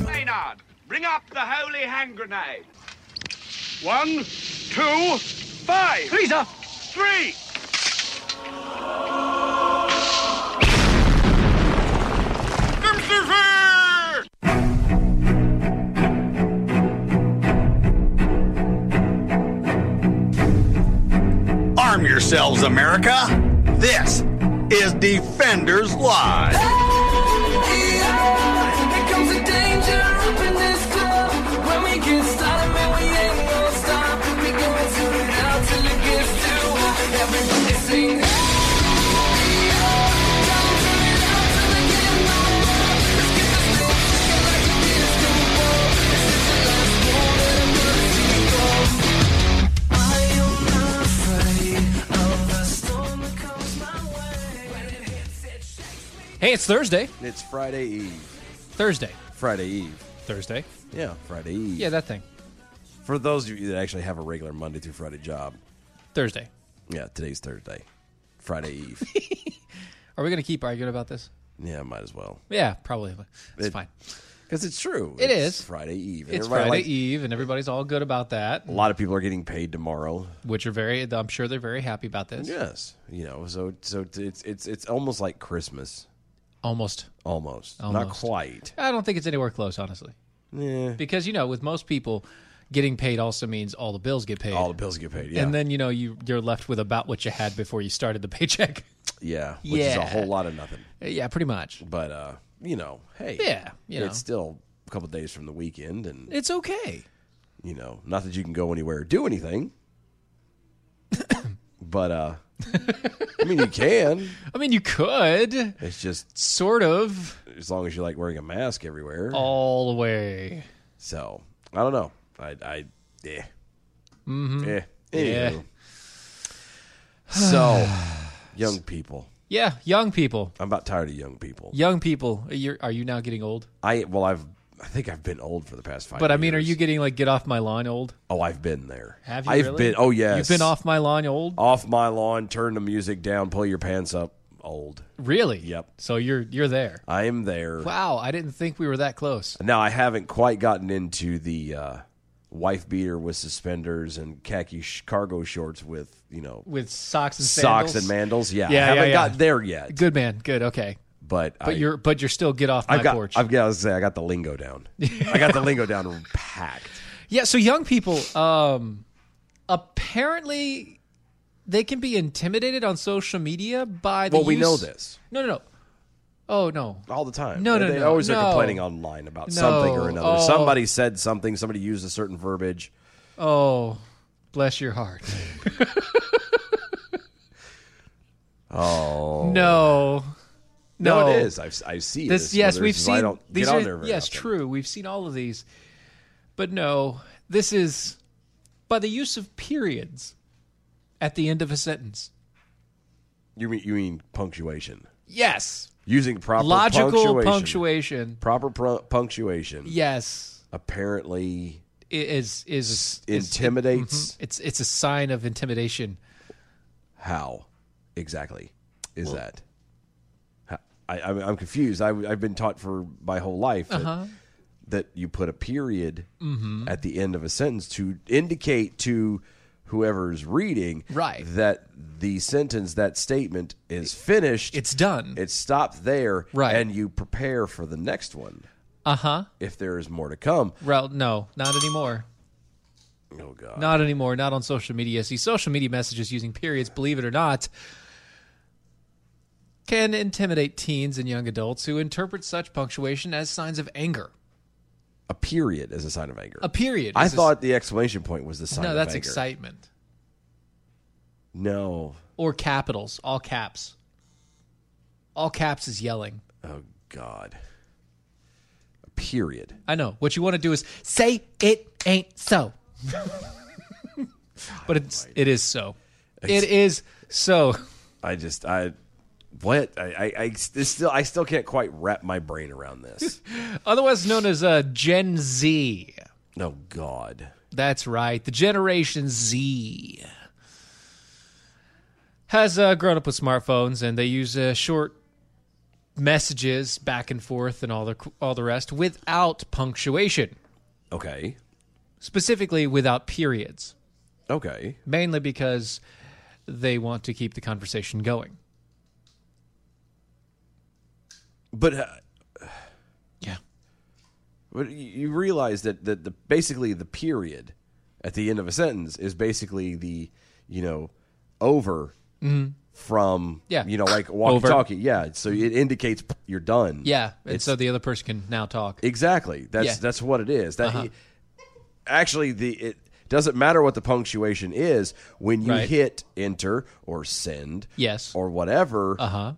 Maynard, bring up the holy hand grenade. One, two, five. Lisa, three. Arm yourselves, America. This is Defenders Live. There comes a danger up in this club. When we get started, man, we ain't gonna stop. We going to it out till it gets too hot. Everybody sing. Hey, it's Thursday. It's Friday Eve. Thursday. Friday Eve. Thursday. Yeah, Friday Eve. Yeah, that thing. For those of you that actually have a regular Monday through Friday job, Thursday. yeah, today's Thursday. Friday Eve. Are we going to keep arguing about this? yeah, might as well. Yeah, probably. It's It- fine. Because it's true. It it's is. Friday Eve. And It's everybody Friday likes- Eve, and everybody's all good about that, A lot of people are getting paid tomorrow. which are very, I'm sure they're very happy about this. Yes. You know, so so it's it's it's almost like Christmas. Almost. Almost. Not Almost. quite. I don't think it's anywhere close, honestly. Yeah. Because, you know, with most people, getting paid also means all the bills get paid. All the bills get paid. Yeah. And then, you know, you, you're left with about what you had before you started the paycheck. yeah. Which is a Yeah. whole lot of nothing. yeah, pretty much. But uh, you know, hey. Yeah, you know. It's still a couple days from the weekend and It's okay. you know, not that you can go anywhere or do anything, but uh, I mean, you can. I mean, you could, It's just sort of, as long as you like wearing a mask everywhere. all the way. So I don't know. I, I, eh, mm-hmm. eh. Yeah. Anywho. So, young people. Yeah, young people. I'm about tired of young people. Young people, uh, you're, are you now getting old? I well, I've I think I've been old for the past five. But I mean, are years. you getting like get off my lawn old? Oh, I've been there. Have you? I've really? been. Oh yes. you've been off my lawn old. off my lawn. Turn the music down. Pull your pants up. Old. Really? Yep. So you're you're there. I am there. Wow, I didn't think we were that close. Now I haven't quite gotten into the uh, wife beater with suspenders and khaki sh- cargo shorts with you know With socks and sandals. socks and mandals. Yeah, Yeah, I haven't yeah, yeah. got there yet. Good man. Good. Okay. but But I, you're but you're still get off my I've got porch. I've got to say I got the lingo down. I got the lingo down packed. Yeah, so young people, um, apparently they can be intimidated on social media by the Well, we use- know this No, no, no. Oh no. all the time. No, no, they no, always no. are complaining online about something or No, another. oh. Somebody said something. Somebody used a certain verbiage. Oh, bless your heart. Oh No. no, No, it is. I've, I see This, this. yes, whether we've this is why seen I don't these get on are- there very yes, often. true. We've seen all of these. But no, this is by the use of periods at the end of a sentence. You mean you mean punctuation? Yes. Using proper Logical punctuation. punctuation. proper pro- punctuation Yes. apparently i- is is is- intimidates It's it's a sign of intimidation. mm-hmm. how exactly is that How- I, I'm, I'm confused I, i've been taught for my whole life that, Uh-huh. that you put a period Mm-hmm. at the end of a sentence to indicate to whoever's reading Right. that the sentence that statement is finished It's done. it stopped there Right. and you prepare for the next one Uh huh. if there is more to come. Well, no, not anymore. Oh God. Not anymore. Not on social media. See, social media messages using periods, believe it or not, can intimidate teens and young adults who interpret such punctuation as signs of anger. A period is a sign of anger. A period. I is a- thought the exclamation point was the sign no, of that's anger. excitement No. or capitals, all caps. All caps is yelling. Oh God. A period. I know. What you want to do is say it ain't so. but it's it is so. it is so. I just I what I I, I this still I still can't quite wrap my brain around this. Otherwise known as uh, Gen Z. oh God. That's right. The Generation Z has uh, grown up with smartphones, and they use uh, short messages back and forth and all the all the rest without punctuation, Okay. specifically without periods, Okay. mainly because they want to keep the conversation going. But. Uh, Yeah. But you- you realize that that the basically the period at the end of a sentence is basically the you know over from Mm-hmm. Yeah. you know like walkie talkie yeah so it indicates you're done Yeah, and It's- so the other person can now talk. exactly that's Yeah. Uh-huh. that's what it is that actually the it doesn't matter what the punctuation is when you Right. hit enter or send Yes. or whatever Uh huh.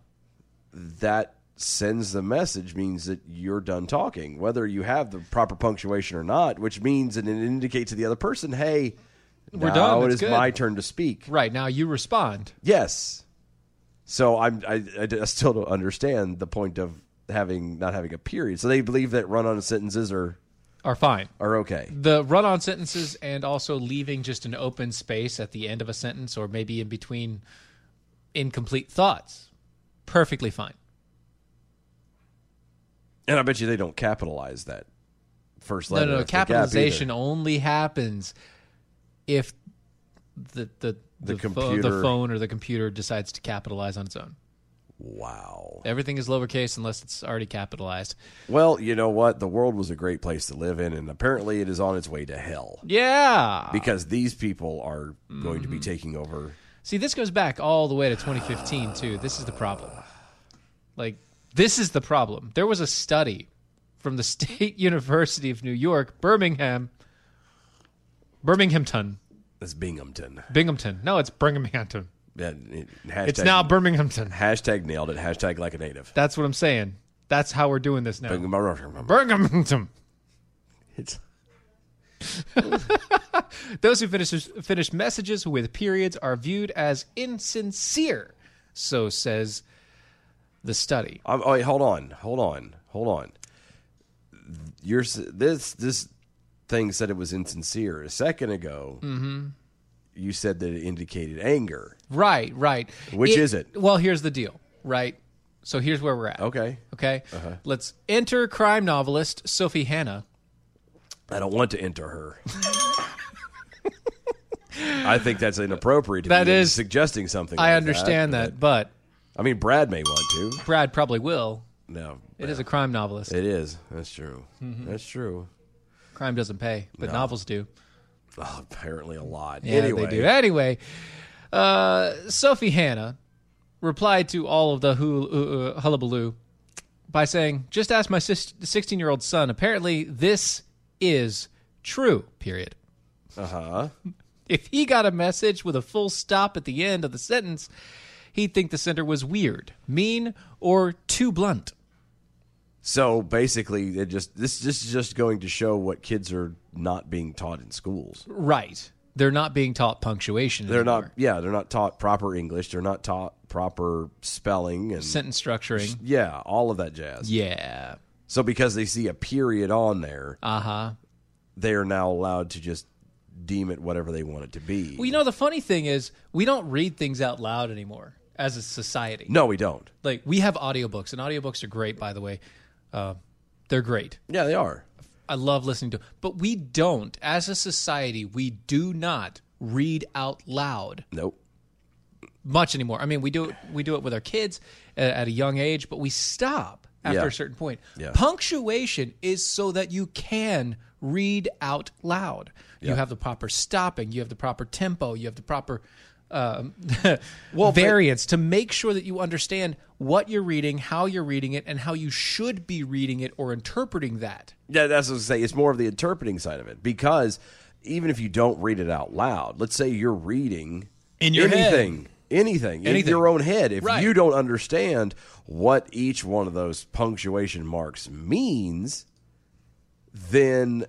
that sends the message means that you're done talking, whether you have the proper punctuation or not, which means and it indicates to the other person, hey, We're now done. it It's is good." my turn to speak. Right now, you respond. Yes. So I'm I, I d- I still don't understand the point of having not having a period. So they believe that run on sentences are Are fine. are okay. the run-on sentences and also leaving just an open space at the end of a sentence or maybe in between incomplete thoughts perfectly fine And I bet you they don't capitalize that first letter. no no no after gap either. capitalization only happens if the the The pho- computer- the phone or the computer decides to capitalize on its own Wow. everything is lowercase unless it's already capitalized Well, you know what? The world was a great place to live in, and apparently it is on its way to hell. yeah because these people are going to be Mm-hmm. taking over. See, this goes back all the way to 2015 too. This is the problem. Like, this is the problem. There was a study from the State University of New York, Birmingham, Birminghamton, That's Binghamton. Binghamton. No, it's Birminghamton. Yeah, it- hashtag, It's now Birminghamton. hashtag nailed it. Hashtag like a native. That's what I'm saying. That's how we're doing this now. Bingham- Birminghamton. It's- Those who finish finish messages with periods are viewed as insincere. So says the study. I'm, oh, wait, hold on, hold on, hold on. You're s- this this thing said it was insincere a second ago. Mm-hmm. You said that it indicated anger. Right, right. Which is it? Oh. Well, here's the deal, right? So here's where we're at. Okay, Okay. Uh-huh. Let's enter crime novelist Sophie Hannah. I don't want to enter her. I think that's inappropriate. To That be is- suggesting something. I like understand that, but I mean, Brad may want to. Brad probably will. No, It is a Mm-hmm. crime novelist. It is. That's true. That's true. crime doesn't pay, but novels do. Oh, apparently a lot. Yeah, anyway, they do. Anyway, uh, Sophie Hannah replied to all of the hul- uh, hullabaloo by saying, "Just ask my 16-year-old son. Apparently, this is true." Period. Uh huh. If he got a message with a full stop at the end of the sentence, he'd think the sender was weird, mean, or too blunt. So basically, it just this this is just going to show what kids are not being taught in schools. Right. They're not being taught punctuation. They're not. anymore. Yeah, they're not taught proper English. They're not taught proper spelling and sentence structuring. yeah, all of that jazz. Yeah. So because they see a period on there, Uh huh. they are now allowed to just deem it whatever they want it to be. Well, you know, the funny thing is, we don't read things out loud anymore as a society. no, we don't. Like, we have audiobooks, and audiobooks are great, by the way. Uh, they're great. Yeah, they are. I love listening to But we don't, as a society, we do not read out loud Nope. much anymore. I mean, we do it, we do it with our kids uh, at a young age, but we stop after Yeah. a certain point. Yeah. Punctuation is so that you can read out loud. You have the proper stopping, you have the proper tempo, you have the proper um, variance to make sure that you understand what you're reading, how you're reading it, and how you should be reading it or interpreting that. Yeah, that's what I was gonna say. It's more of the interpreting side of it because even if you don't read it out loud, let's say you're reading In your head. anything, anything, in Anything. your own head. If Right. you don't understand what each one of those punctuation marks means, then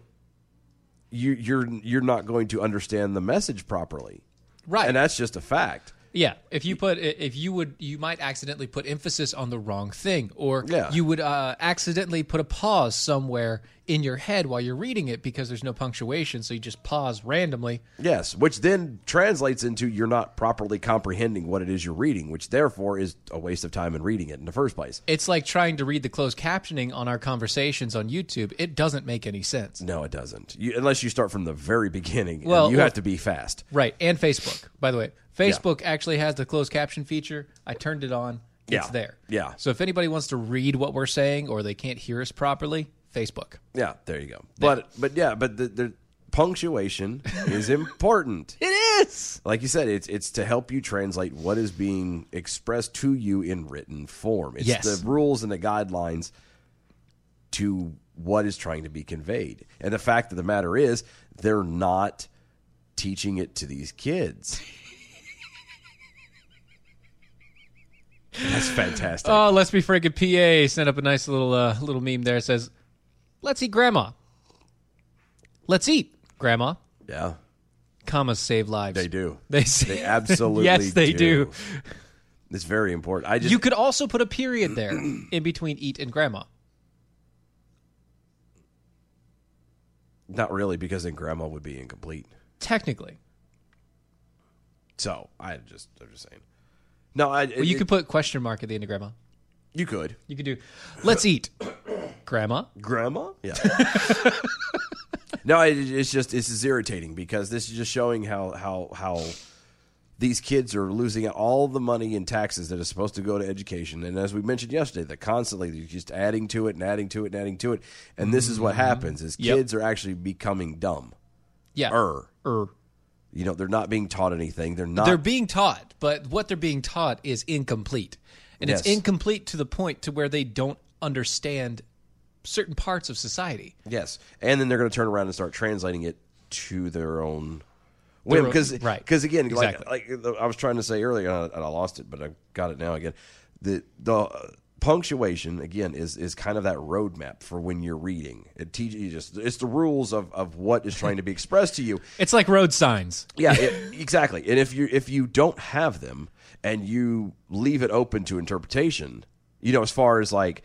you, you're you're not going to understand the message properly, Right. and that's just a fact. Yeah, if you put if you would you might accidentally put emphasis on the wrong thing, or Yeah. you would uh, accidentally put a pause somewhere in your head while you're reading it because there's no punctuation, so you just pause randomly. Yes, which then translates into you're not properly comprehending what it is you're reading, which therefore is a waste of time in reading it in the first place. It's like trying to read the closed captioning on our conversations on YouTube. It doesn't make any sense. No, it doesn't. You, unless you start from the very beginning, and Well, you well- have to be fast. Right, and Facebook. By the way, Facebook actually has the closed caption feature. I turned it on. It's Yeah. there. Yeah. So if anybody wants to read what we're saying or they can't hear us properly, Facebook. Yeah, there you go. But but yeah, but the, the punctuation is important. It is. like you said, it's it's to help you translate what is being expressed to you in written form. It's Yes. the rules and the guidelines to what is trying to be conveyed. And the fact of the matter is, they're not teaching it to these kids. That's fantastic. Oh, let's be friggin' PA sent up a nice little uh, little meme there. It says, "Let's eat, Grandma. Let's eat, Grandma." yeah, Commas save lives. they do. They say They absolutely yes, they do. It's very important. I just You could also put a period there in between eat and Grandma. not really because then grandma would be incomplete. Technically, So I just I'm just saying. No, I well, you it- could put question mark at the end of Grandma. you could You could do, "Let's eat, Grandma." grandma. Yeah. no, it, it's just it's just irritating because this is just showing how how how these kids are losing out all the money in taxes that is supposed to go to education. And as we mentioned yesterday, they're constantly they're just adding to it and adding to it and adding to it. And this is what happens: is Mm-hmm. Yep. kids are actually becoming dumb. Yeah. Er. Er. You know, they're not being taught anything. They're not. They're being taught, but what they're being taught is incomplete. And it's Yes. incomplete to the point to where they don't understand certain parts of society. Yes, and then they're going to turn around and start translating it to their own Their whim. own- Because right. Because again, Exactly. like like I was trying to say earlier, and I, and I lost it, but I got it now again. The the uh, punctuation again is is kind of that roadmap for when you're reading. It teaches you just it's the rules of of what is trying to be expressed to you. It's like road signs. Yeah, it, exactly. And if you if you don't have them and you leave it open to interpretation, you know, as far as like,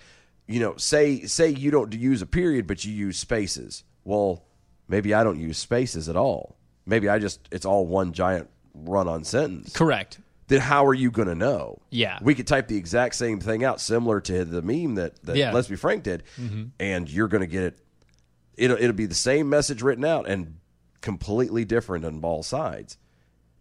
you know, say say you don't use a period, but you use spaces. Well, maybe I don't use spaces at all. Maybe I just it's all one giant run on sentence. Correct. Then how are you going to know? Yeah. we could type the exact same thing out, similar to the meme that, that Yeah. Mm-hmm. Let's Be Frank did, and you're going to get it. It'll it'll be the same message written out and completely different on both sides.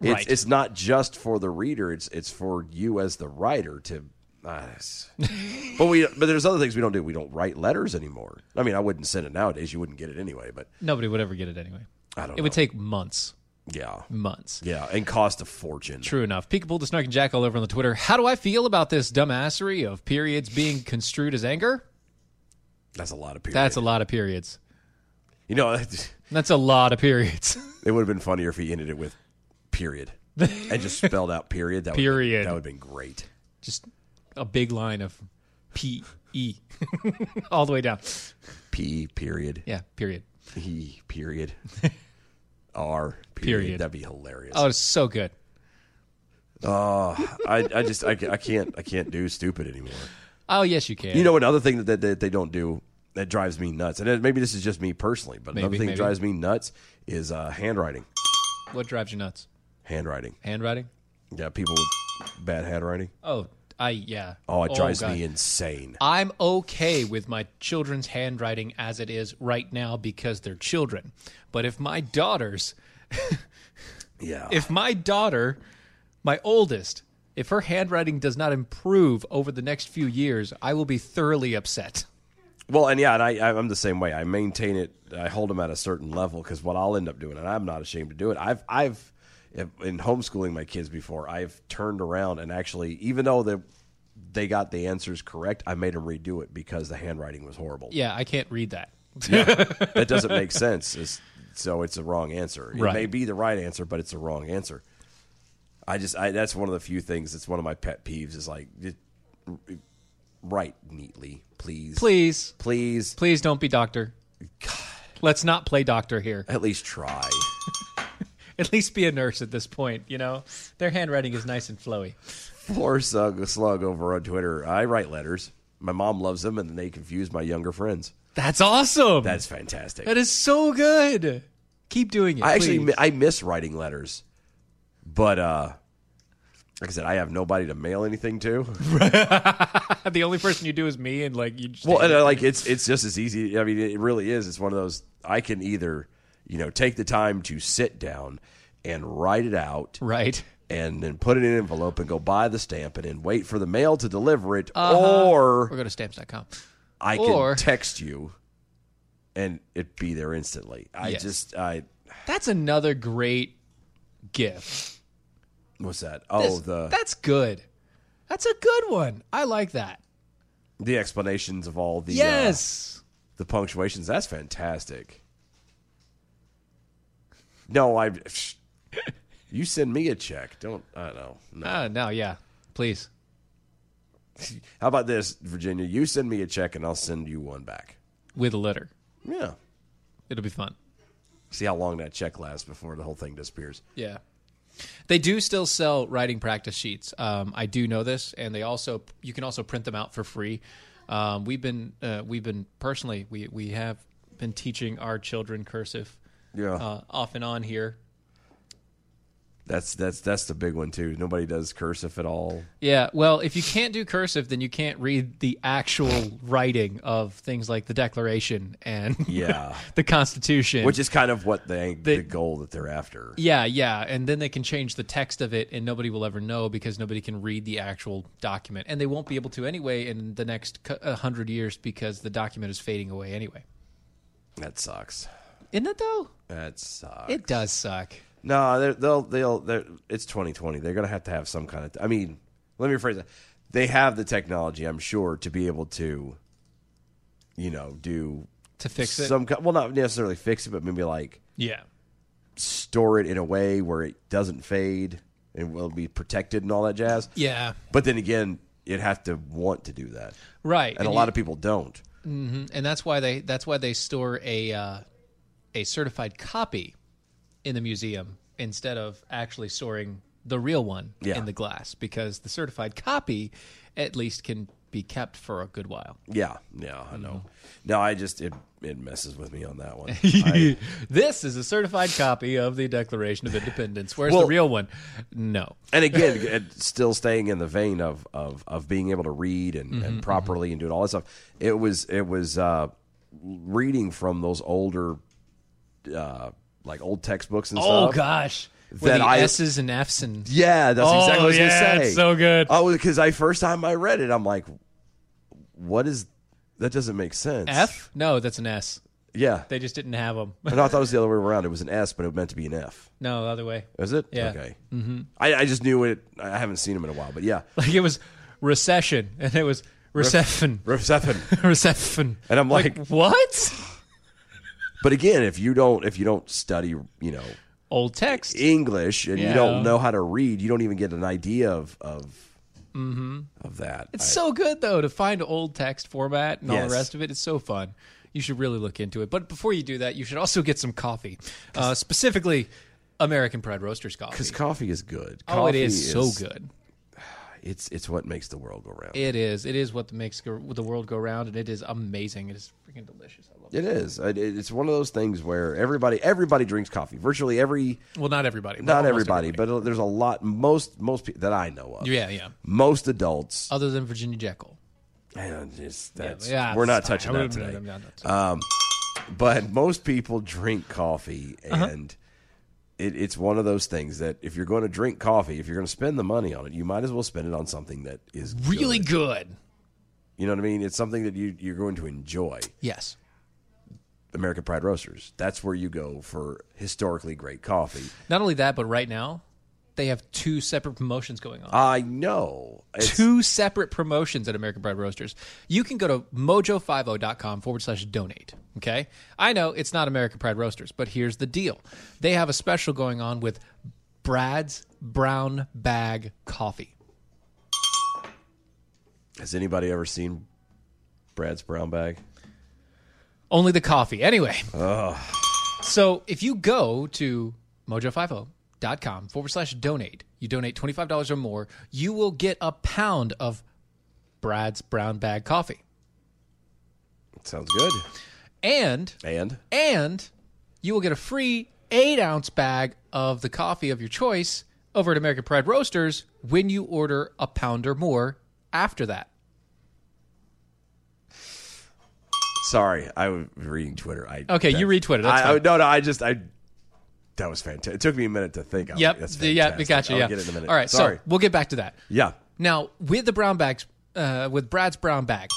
It's Right. it's not just for the reader. It's it's for you as the writer to. ah, it's- but we but there's other things we don't do. We don't write letters anymore. I mean, I wouldn't send it nowadays. You wouldn't get it anyway. But Nobody would ever get it anyway. I don't. It would know. take months. yeah Months. yeah and cost a fortune. True enough. Peekaboo the Snark and Jack all over on the Twitter. How do I feel about this dumbassery of periods being construed as anger? That's a lot of period. That's a lot of periods. you know. That's a lot of periods. It would have been funnier if he ended it with period and just spelled out period. That Period. Would, that would have been great. Just a big line of P E all the way down. P period. Yeah, period. E period. R period. Period. That'd be hilarious. Oh, it's so good. I, I just I, ca- I can't I can't do stupid anymore. Oh, yes, you can. You know another thing that, that, that they don't do that drives me nuts, and it- maybe this is just me personally, but another Maybe, thing maybe. that drives me nuts is uh, handwriting. what drives you nuts? Handwriting. Handwriting? Yeah, people with bad handwriting. Oh, I, yeah. Oh, it drives God. me insane. I'm okay with my children's handwriting as it is right now because they're children. But if my daughter's, Yeah. if my daughter, my oldest, If her handwriting does not improve over the next few years, I will be thoroughly upset. Well, and yeah, and I, I'm the same way. I maintain it. I hold them at a certain level because what I'll end up doing, and I'm not ashamed to do it. I've, I've, in homeschooling my kids before, I've turned around and actually, even though they, they got the answers correct, I made them redo it because the handwriting was horrible. Yeah, I can't read that. that doesn't make sense. It's, so it's a wrong answer. It Right. may be the right answer, but it's a wrong answer. I just, I, that's one of the few things. It's one of my pet peeves. Is like, just write neatly, please, Please, please, please don't be doctor. Let's not play doctor here. at least try. At least be a nurse at this point, you know? Their handwriting is nice and flowy. Floor slug, slug over on Twitter. I write letters. My mom loves them, and they confuse my younger friends. That's awesome. That's fantastic. That is so good. Keep doing it. I actually please. mi- I miss writing letters, but uh, like I said, I have nobody to mail anything to. the only person you do is me, and like you just Well, and uh, like it's it's just as easy. I mean, it really is. It's one of those I can either you know take the time to sit down and write it out. right. And then put it in an envelope and go buy the stamp and then wait for the mail to deliver it, Uh-huh. or Or go to stamps.com. I Or- can text you and it be there instantly. I Yes. just I That's another great gift. what's that? Oh, This- the that's good. That's a good one. I like that. the explanations of all the uh, Yes. the punctuations. That's fantastic. No, I you send me a check. Don't I don't know. No. Uh, no, yeah. Please. How about this, Virginia? You send me a check and I'll send you one back. With a letter. Yeah. It'll be fun. See how long that check lasts before the whole thing disappears. Yeah. They do still sell writing practice sheets. Um, I do know this, and they also you can also print them out for free. Um, we've been uh, we've been personally we we have been teaching our children cursive Yeah. uh, off and on here. That's that's that's the big one too. Nobody does cursive at all. Yeah, well, if you can't do cursive, then you can't read the actual writing of things like the Declaration and Yeah. the Constitution, Which is kind of what they, They- the goal that they're after. Yeah, yeah, and then they can change the text of it, and nobody will ever know because nobody can read the actual document, and they won't be able to anyway in the next cu- a hundred years because the document is fading away anyway. That sucks. Isn't it though? That sucks. It does suck. no, they're, they'll they'll they're, it's 2020. They're gonna have to have some kind of. I mean, let me rephrase that. They have the technology, I'm sure, to be able to, you know, do To fix it, some kind. Well, not necessarily fix it, but maybe like yeah, store it in a way where it doesn't fade and will be protected and all that jazz. yeah, But then again, you'd have to want to do that, right. and, a lot of people don't. of, and that's why they that's why they store a uh, a certified copy in the museum instead of actually storing the real one Yeah. in the glass because the certified copy at least can be kept for a good while. Yeah, yeah, I know. No, I just it it messes with me on that one. I- This is a certified copy of the Declaration of Independence. Where's the Well- real one? No. and again, it- still staying in the vein of of of being able to read and, Mm-hmm, and properly and doing all that stuff. It was it was uh, reading from those older, uh, like old textbooks and Oh stuff. gosh. With That the I- S's and F's and Yeah, that's Oh, exactly what I was yeah, gonna say. it's so good. Oh, because I first time I read it, I'm like, what is that? Doesn't make sense. F? No, that's an S. Yeah. They just didn't have them. no, I thought it was the other way around. It was an S, but it meant to be an F. no, the other way. Is it? Yeah. Okay. Mm-hmm. I, I just knew it. I haven't seen him in a while, but yeah. Like it was recession, and it was recession, Riff Zeppin. recession. And I'm like, what? but again, if you don't, if you don't study, you know, Old text. English and Yeah. you don't know how to read, you don't even get an idea of of of that. Mm-hmm. It's so good though to find old text format and all Yes. the rest of it. It's so fun. You should really look into it. But before you do that, you should also get some coffee, uh, specifically American Pride Roasters coffee. because coffee is good. Oh, it Coffee is, so good. It's it's what makes the world go round. It is. It is what the- makes go, the world go round, and it is amazing. It is freaking delicious. I love it. It is. It- it- It's one of those things where everybody everybody drinks coffee. Virtually every Well, not everybody. but not almost everybody, but there's a lot most most people that I know of. Yeah, yeah. Most adults. Other than Virginia Jekyll. And it's, that's, yeah, we're not it's fine. touching I that wouldn't- today. I'm not- Uh-huh. But most people drink coffee and it, it's one of those things that if you're going to drink coffee, if you're going to spend the money on it, you might as well spend it on something that is Really good. good. You know what I mean? It's something that you you're going to enjoy. Yes. American Pride Roasters. That's where you go for historically great coffee. Not only that, but right now they have two separate promotions going on. I know. Oh, It's- two separate promotions at American Bread Roasters. You can go to mojo50.com forward slash donate. Okay. I know it's not American Pride Roasters, but here's the deal they have a special going on with Brad's Brown Bag Coffee. has anybody ever seen Brad's brown bag? Only the coffee. Anyway. So if you go to mojo50.com forward slash donate, you donate $25 or more, you will get a pound of Brad's Brown Bag Coffee. Sounds good. And And and you will get a free eight ounce bag of the coffee of your choice over at American Pride Roasters when you order a pound or more after that. sorry, I was reading Twitter. I Okay, you read Twitter, that's I, I, fine. no, no, I just I that was fantastic. It took me a minute to think. I was Yep. like, Oh, That's the- yeah, we fantastic. got you. I'll yeah. get it in a minute. All right, Sorry. so we'll get back to that. yeah. Now, with the brown bags, uh, with Brad's brown bag,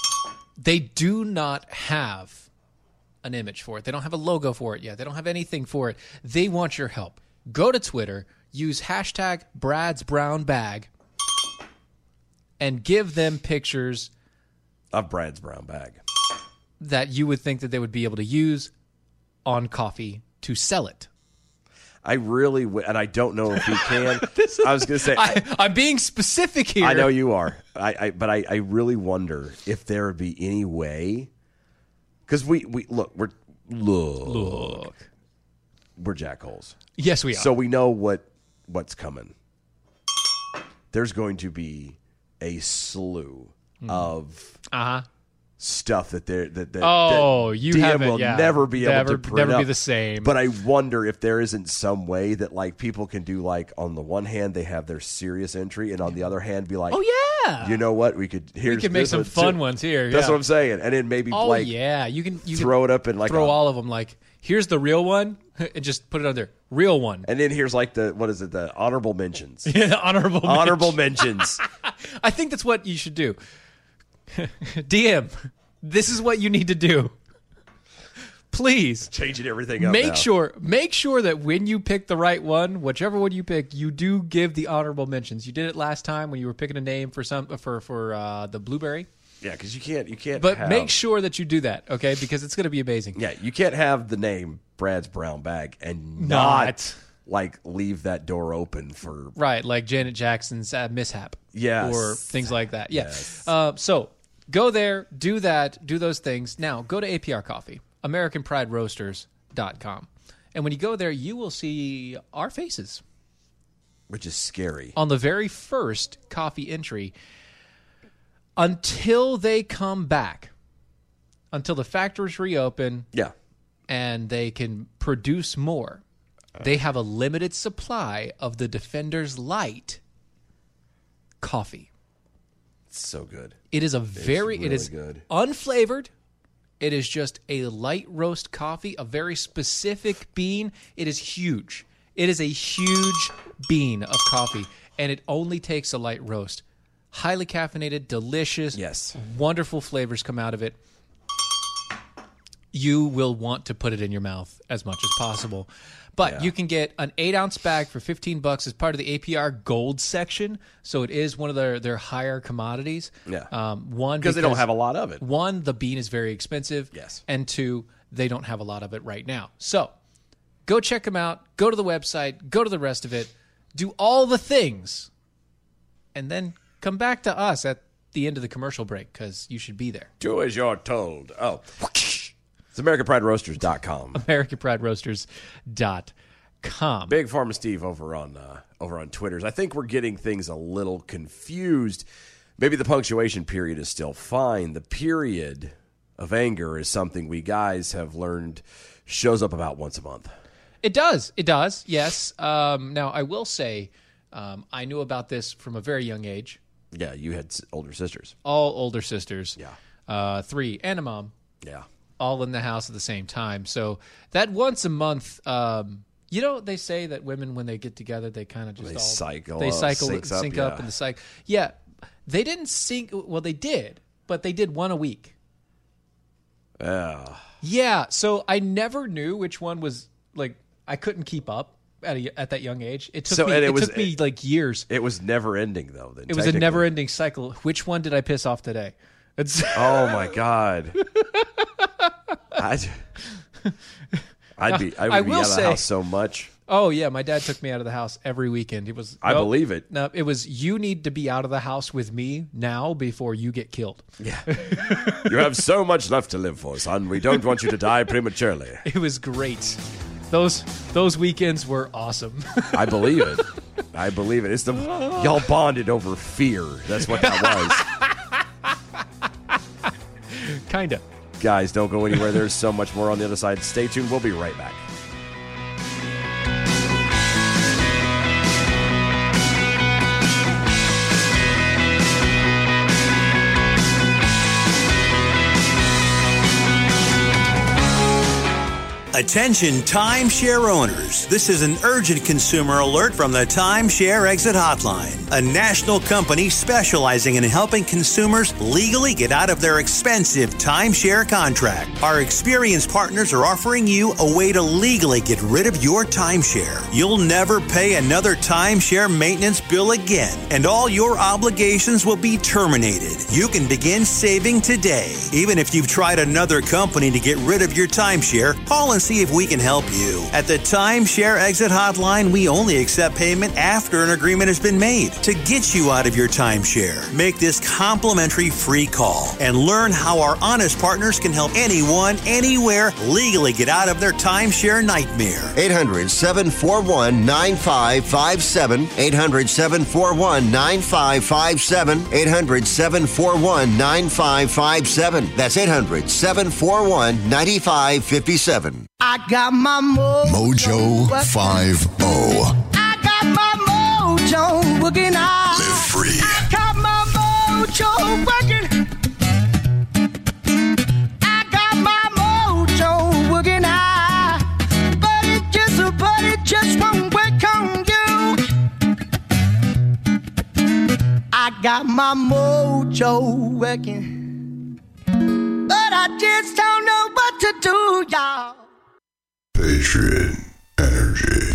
they do not have an image for it. They don't have a logo for it yet. They don't have anything for it. They want your help. Go to Twitter, use hashtag Brad's brown bag, and give them pictures Of Brad's brown bag. that you would think that they would be able to use on coffee to sell it. I really w- and I don't know if he can. I was going to say I, I'm being specific here. I know you are. I, I but I, I really wonder if there would be any way because we, we look we're look, Look. we're jackholes, Yes, we are. so we know what what's coming. There's going to be a slew of Hmm. uh-huh. stuff that they're that, that Oh, that you DM haven't, will yeah. never be able Never- to print never be up. the same. But I wonder if there isn't some way that like people can do like on the one hand they have their serious entry and on the other hand be like Oh, yeah. you know what? We could here's could make this some one, too. fun ones here, That's yeah. what I'm saying, and then maybe Oh like yeah, you can you throw can it up in like throw a- all of them. Like here's the real one, and just put it on there. Real one. and then here's like the what is it? The honorable mentions, honorable. mention. honorable mentions. I think that's what you should do. DM, this is what you need to do. Please Changing everything up. make now. sure make sure that when you pick the right one, whichever one you pick, you do give the honorable mentions. You did it last time when you were picking a name for some for for uh, the blueberry, yeah, because you can't, you can't. but have- make sure that you do that, okay? Because it's going to be amazing. yeah, you can't have the name Brad's brown bag and not, Not. like leave that door open for Right, like Janet Jackson's uh, mishap. Yes. Or things like that. Yeah. Uh, so go there, do that, do those things. Now go to APR Coffee, AmericanPrideRoasters.com. And when you go there, you will see our faces which is scary. on the very first coffee entry until they come back, until the factories reopen Yeah, and they can produce more. Uh. They have a limited supply of the Defender's Light coffee. it's so good. It is a very it really is good. unflavored. It is just a light roast coffee, a very specific bean. It is huge. It is a huge bean of coffee and it only takes a light roast. Highly caffeinated, delicious. Yes. Wonderful flavors come out of it. You will want to put it in your mouth as much as possible. But you can get an eight ounce bag for 15 bucks as part of the APR gold section. So it is one of their, their higher commodities. Yeah. Um, one, Because they don't have a lot of it. One, the bean is very expensive. Yes. And two, they don't have a lot of it right now. So go check them out. Go to the website. Go to the rest of it. Do all the things. And then come back to us at the end of the commercial break because you should be there. Do as you're told. Oh, it's AmericanPrideRoasters.com. AmericanPrideRoasters.com. Big Pharma Steve over on uh, over on Twitter's. I think we're getting things a little confused. Maybe the punctuation period is still fine. The period of anger is something we guys have learned shows up about once a month. It does. It does. Yes. Um, now, I will say um, I knew about this from a very young age. Yeah, you had s- older sisters. All older sisters. Yeah. Uh, three and a mom. Yeah, all in the house at the same time. So that once a month um, You know they say that women when they get together they kind of just They all, cycle they up, cycle syncs up, sync up yeah. in the cycle. Yeah, they didn't sync. Well, they did, but they did one a week. Yeah. Yeah, so I never knew which one was like I couldn't keep up at a, at that young age. It took So, me and it, it was- took me like years. It was never ending though. Then It was a technically. never-ending cycle. Which one did I piss off today? It's Oh my god. I'd, I'd be. I would I be will out of say- the house so much. Oh yeah, my dad took me out of the house every weekend. It was I nope, believe it. No, it was you need to be out of the house with me now before you get killed. You have so much left to live for, son. We don't want you to die prematurely. It was great. Those those weekends were awesome. I believe it. I believe it. It's the y'all bonded over fear. That's what that Kinda. was. Guys, don't go anywhere. There's so much more on the other side. Stay tuned. We'll be right back. Attention timeshare owners. This is an urgent consumer alert from the Timeshare Exit Hotline, a national company specializing in helping consumers legally get out of their expensive timeshare contract. Our experienced partners are offering you a way to legally get rid of your timeshare. You'll never pay another timeshare maintenance bill again, and all your obligations will be terminated. You can begin saving today. Even if you've tried another company to get rid of your timeshare, call and see if we can help you. At the Timeshare Exit Hotline, we only accept payment after an agreement has been made to get you out of your timeshare. Make this complimentary free call and learn how our honest partners can help anyone, anywhere, legally get out of their timeshare nightmare. 800 741 9557. 800 741 9557. 800 741 9557. That's 800 741 9557. I got my mojo. Mojo oh. 5 I got my mojo working out. Live free. I got my mojo working. I got my mojo working out. But it just, but it just won't work on you. I got my mojo working. But I just don't know what to do, y'all. Patriot Energy.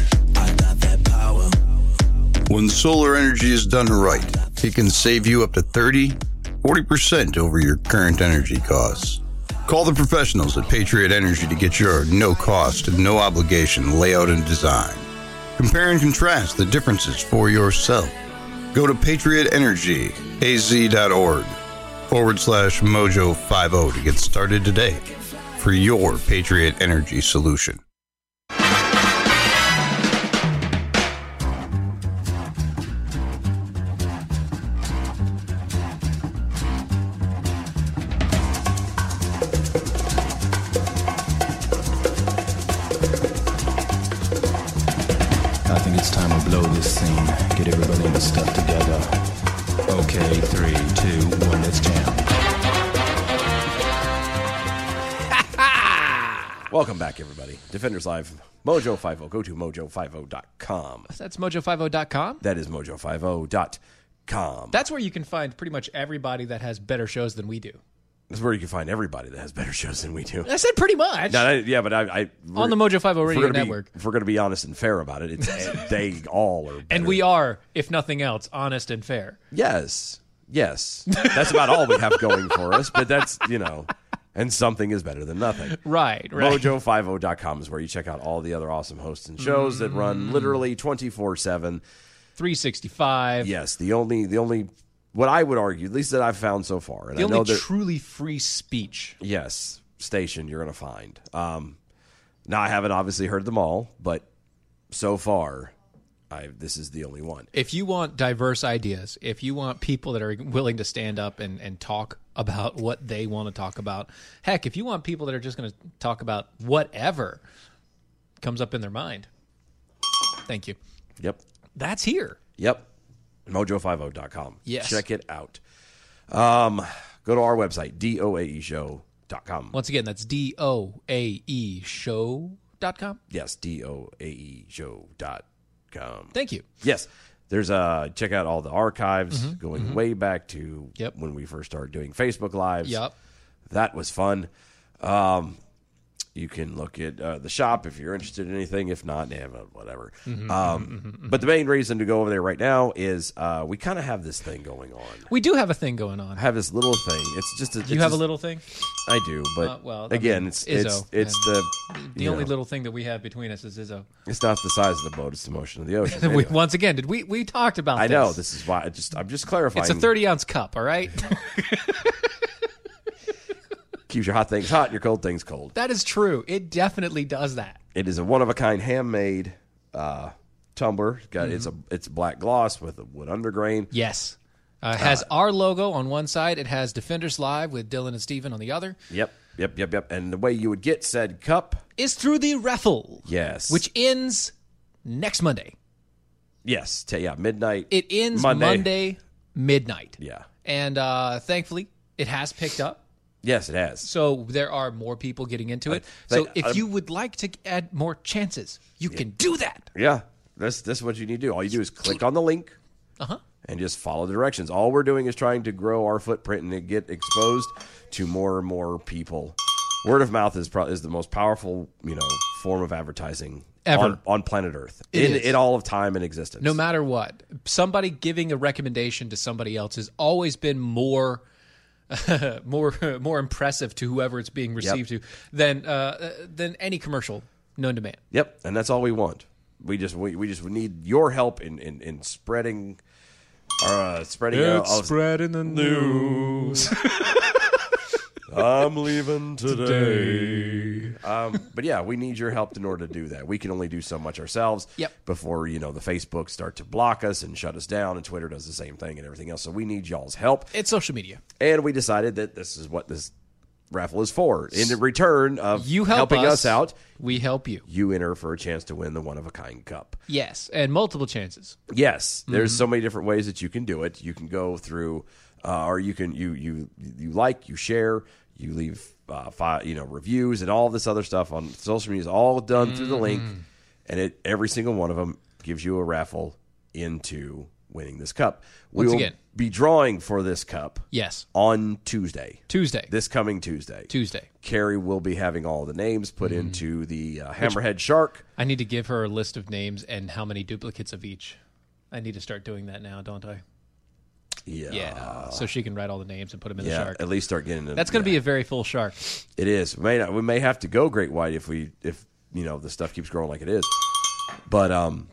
When solar energy is done right, it can save you up to 30, 40% over your current energy costs. Call the professionals at Patriot Energy to get your no cost and no obligation layout and design. Compare and contrast the differences for yourself. Go to patriotenergyaz.org forward slash mojo 50 to get started today for your Patriot Energy solution. I think it's time to blow this scene. Get everybody in the stuff together. Okay, three, two, one, let's jam. Welcome back, everybody. Defenders Live, Mojo 50. Go to mojo50.com. That's mojo50.com. That is mojo50.com. That's where you can find pretty much everybody that has better shows than we do. That's where you can find everybody that has better shows than we do. I said pretty much. No, I- yeah, but I, I we're- On the Mojo 50 if we're Radio gonna be- Network. if we're going to be honest and fair about it, it's, they all are. and better. we are, if nothing else, honest and fair. Yes. Yes. That's about all we have going for us, but that's, you know, and something is better than nothing. Right, right. Mojo50.com is where you check out all the other awesome hosts and shows that Mm. run literally 24/7. 365. Yes, the only the only what I would argue, at least that I've found so far, and The I know only that truly free speech. yes, station you're going to find. Um now I haven't obviously heard them all, but so far I this is the only one. if you want diverse ideas, if you want people that are willing to stand up and, and talk about what they want to talk about, heck, if you want people that are just going to talk about whatever comes up in their mind, thank you. Yep. That's here. Yep. Mojo50.com. Yes. Check it out. Um, go to our E website, doaeshow.com. Once again, that's D O A E show dot com. Yes, D O A E show dot com. Thank you. Yes. There's uh check out all the archives Mhm, going mhm. way back to Yep. when we first started doing Facebook Lives. Yep. That was fun. Um you can look at uh, the shop if you're interested in anything. If not, eh, but whatever. Mhm, um, But the main reason to go over there right now is uh, we kind of have this thing going on. We do have a thing going on. I have this little thing. It's just a, it's You have a just- little thing? I do, but Uh, well, I again, mean, it's Izzo it's it's and the the you only know, little thing that we have between us is Izzo. It's not the size of the boat; it's the motion of the ocean. we, Anyway, once again, did we we talked about? I know this is why. I just I'm just clarifying. It's a 30 ounce cup. All right, Keeps your hot things hot, and your cold things cold. that is true. It definitely does that. It is a one of a kind handmade uh, tumbler. It's Got it's a Mm-hmm. it's black gloss with a wood undergrain. Yes, uh, it has our logo on one side. It has Defenders Live with Dylan and Steven on the other. Yep, yep, yep, yep. And the way you would get said cup, Is through the raffle, yes, which ends next Monday. yes, t- yeah, midnight. It ends Monday. Monday midnight, Yeah. and uh, thankfully it has picked up. Yes, it has. So there are more people getting into it. I- So I- if I'm- you would like to add more chances, you can do that. Yeah, that's that's what you need to do. All you do is click on the link. Uh huh. and just follow the directions. All we're doing is trying to grow our footprint and to get exposed to more and more people. Word of mouth is pro- is the most powerful, you know, form of advertising Ever. on, on planet Earth It in, is. in all of time and existence. No matter what, somebody giving a recommendation to somebody else has always been more, more, more impressive to whoever it's being received to than uh, uh, than any commercial known to man. Yep, and that's all we want. We just we, we just need your help in in, in spreading. Uh, spreading out- It's spreading the news. I'm leaving today. um, but yeah, we need your help in order to do that. We can only do so much ourselves Yep. before, you know, the Facebook start to block us and shut us down and Twitter does the same thing and everything else. So we need y'all's help. It's social media. And we decided that this is what this raffle is for. In the return of You help helping us, us, out, we help you. You enter for a chance to win the one of a kind cup. Yes, and multiple chances. Yes, there's Mhm. so many different ways that you can do it. You can go through, uh, or you can you you you like, you share, you leave uh, fi- you know reviews and all this other stuff on social media is all done through the link, Mm-hmm. Mm. and it every single one of them gives you a raffle into winning this cup. We Once will again. be drawing for this cup. Yes. on Tuesday. Tuesday. This coming Tuesday. Tuesday. Mm-hmm. Carrie will be having all the names put into the uh, Which- Hammerhead Shark. I need to give her a list of names and how many duplicates of each. I need to start doing that now, don't I? Yeah. So she can write all the names and put them in the Yeah, shark. at least start getting. That's going to be a very full shark. It is. We may not, we may have to go great white if we if you know the stuff keeps growing like it is. But um,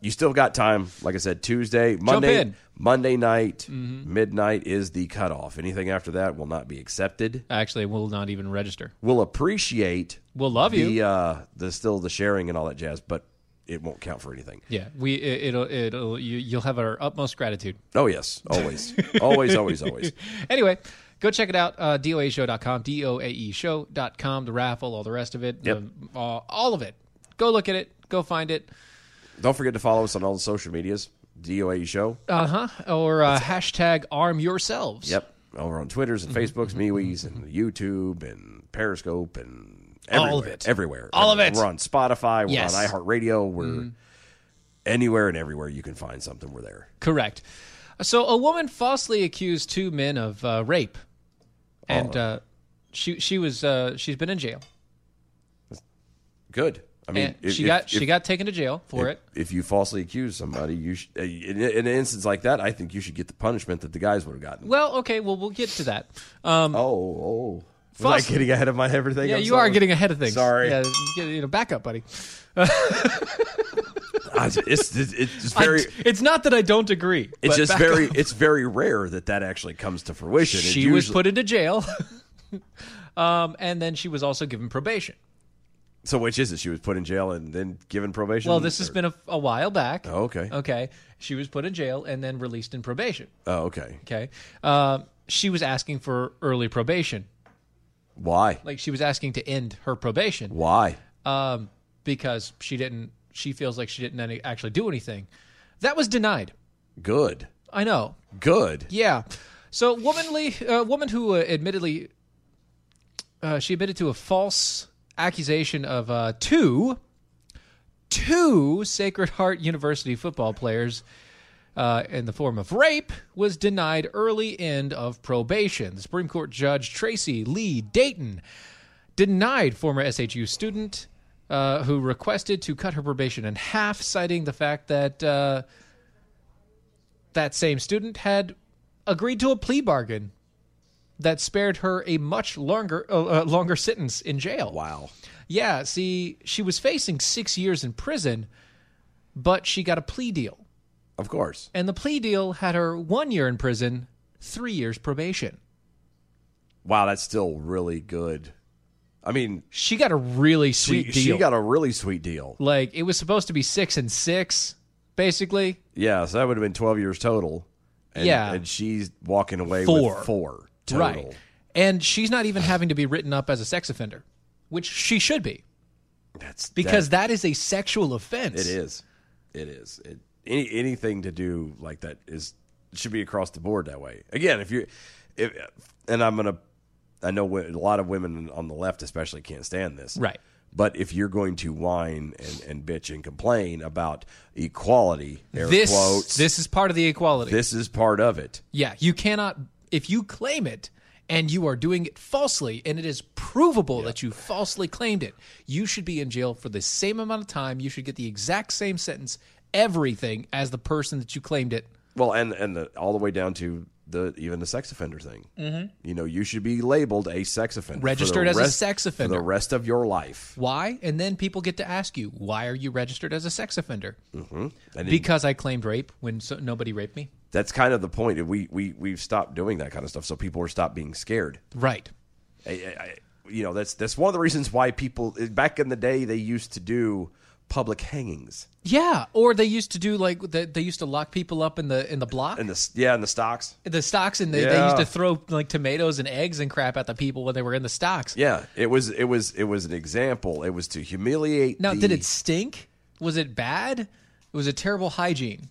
you still got time. Like I said, Tuesday, Monday, in. Monday night, Mhm. midnight is the cutoff. Anything after that will not be accepted. Actually, we'll not even register. We'll appreciate. We'll love the, you. Uh, the still the sharing and all that jazz, but it won't count for anything. Yeah, we it, it'll it'll you, you'll have our utmost gratitude. Oh yes, always, always, always, always. Anyway, go check it out. Uh, DOAShow.com, E DOAEshow.com, the raffle, all the rest of it, Yep. the, uh, all of it. Go look at it. Go find it. Don't forget to follow us on all the social medias. DOA show. Uh huh. Or uh, hashtag arm yourselves. Yep. Over on Twitters and Mm-hmm. Facebooks, MeWe's and YouTube and Periscope and All everywhere, of it. Everywhere. All of it. everywhere. We're on Spotify. We're Yes. on iHeartRadio. We're Mhm. anywhere and everywhere you can find something. We're there. Correct. So a woman falsely accused two men of uh, rape, and uh, she she was uh, she's been in jail. Good. I mean, And she got she got taken to jail for if, it. If you falsely accuse somebody, you sh- in, in an instance like that, I think you should get the punishment that the guys would have gotten. Well, okay, well we'll get to that. Um, oh, oh, Was false- I getting ahead of my everything? Yeah, I'm you sorry. are getting ahead of things. Sorry. yeah, you know, back up, buddy. I- it's, it's, it's very. I- it's not that I don't agree. It's but just back very up. it's very rare that that actually comes to fruition. It She was usually- put into jail, um, and then she was also given probation. So which is it? She was put in jail and then given probation. Well, this has Or- been a, a while back. Oh, okay. Okay, she was put in jail and then released in probation. Oh, okay. Okay, Um she was asking for early probation. Why? Like she was asking to end her probation. Why? Um, because she didn't. She feels like she didn't any, actually do anything. That was denied. Good. I know. Good. Yeah. So, womanly uh, woman who uh, admittedly, uh, she admitted to a false accusation of uh, two two Sacred Heart University football players uh, in the form of rape was denied early end of probation. The Supreme Court Judge Tracy Lee Dayton denied former SHU student uh, who requested to cut her probation in half, citing the fact that uh, that same student had agreed to a plea bargain that spared her a much longer uh, uh, longer sentence in jail. Wow. Yeah, see, she was facing 6 years in prison, but she got a plea deal. Of course. And the plea deal had her 1 year in prison, 3 years probation. Wow, that's still really good. I mean, she got a really sweet she, deal. got a really sweet deal. Like it was supposed to be 6 and 6 basically. Yeah, so that would have been 12 years total. And, Yeah. And she's walking away Four. with four total. Right. And she's not even having to be written up as a sex offender, which she should be. That's because that is a sexual offense. It is. It is. It, any, anything to do like that is should be across the board that way. Again, if you're, if, and I'm gonna, I know wo- a lot of women on the left especially can't stand this, Right. But if you're going to whine and, and bitch and complain about equality, air This quotes, this is part of the equality. this is part of it. Yeah, you cannot if you claim it and you are doing it falsely and it is provable that you falsely claimed it, you should be in jail for the same amount of time, you should get the exact same sentence, everything as the person that you claimed it. Well, and and the, all the way down to the even the sex offender thing. Mhm. You know, you should be labeled a sex offender, for the Registered as a rest- sex for offender. the rest of your life. Why? And then people get to ask you, "Why are you registered as a sex offender?" Mm-hmm. Because I claimed rape when so, nobody raped me. that's kind of the point. We we we've stopped doing that kind of stuff, so people are stopped being scared. Right. I, I, I- you know, that's that's one of the reasons why people back in the day they used to do public hangings Yeah, or they used to do like they, they used to lock people up in the in the block. and the yeah and the stocks. the stocks and they, they Yeah. used to throw like tomatoes and eggs and crap at the people when they were in the stocks. Yeah, it was it was it was an example. It was to humiliate. Now, the- did it stink? Was it bad? It was a terrible hygiene.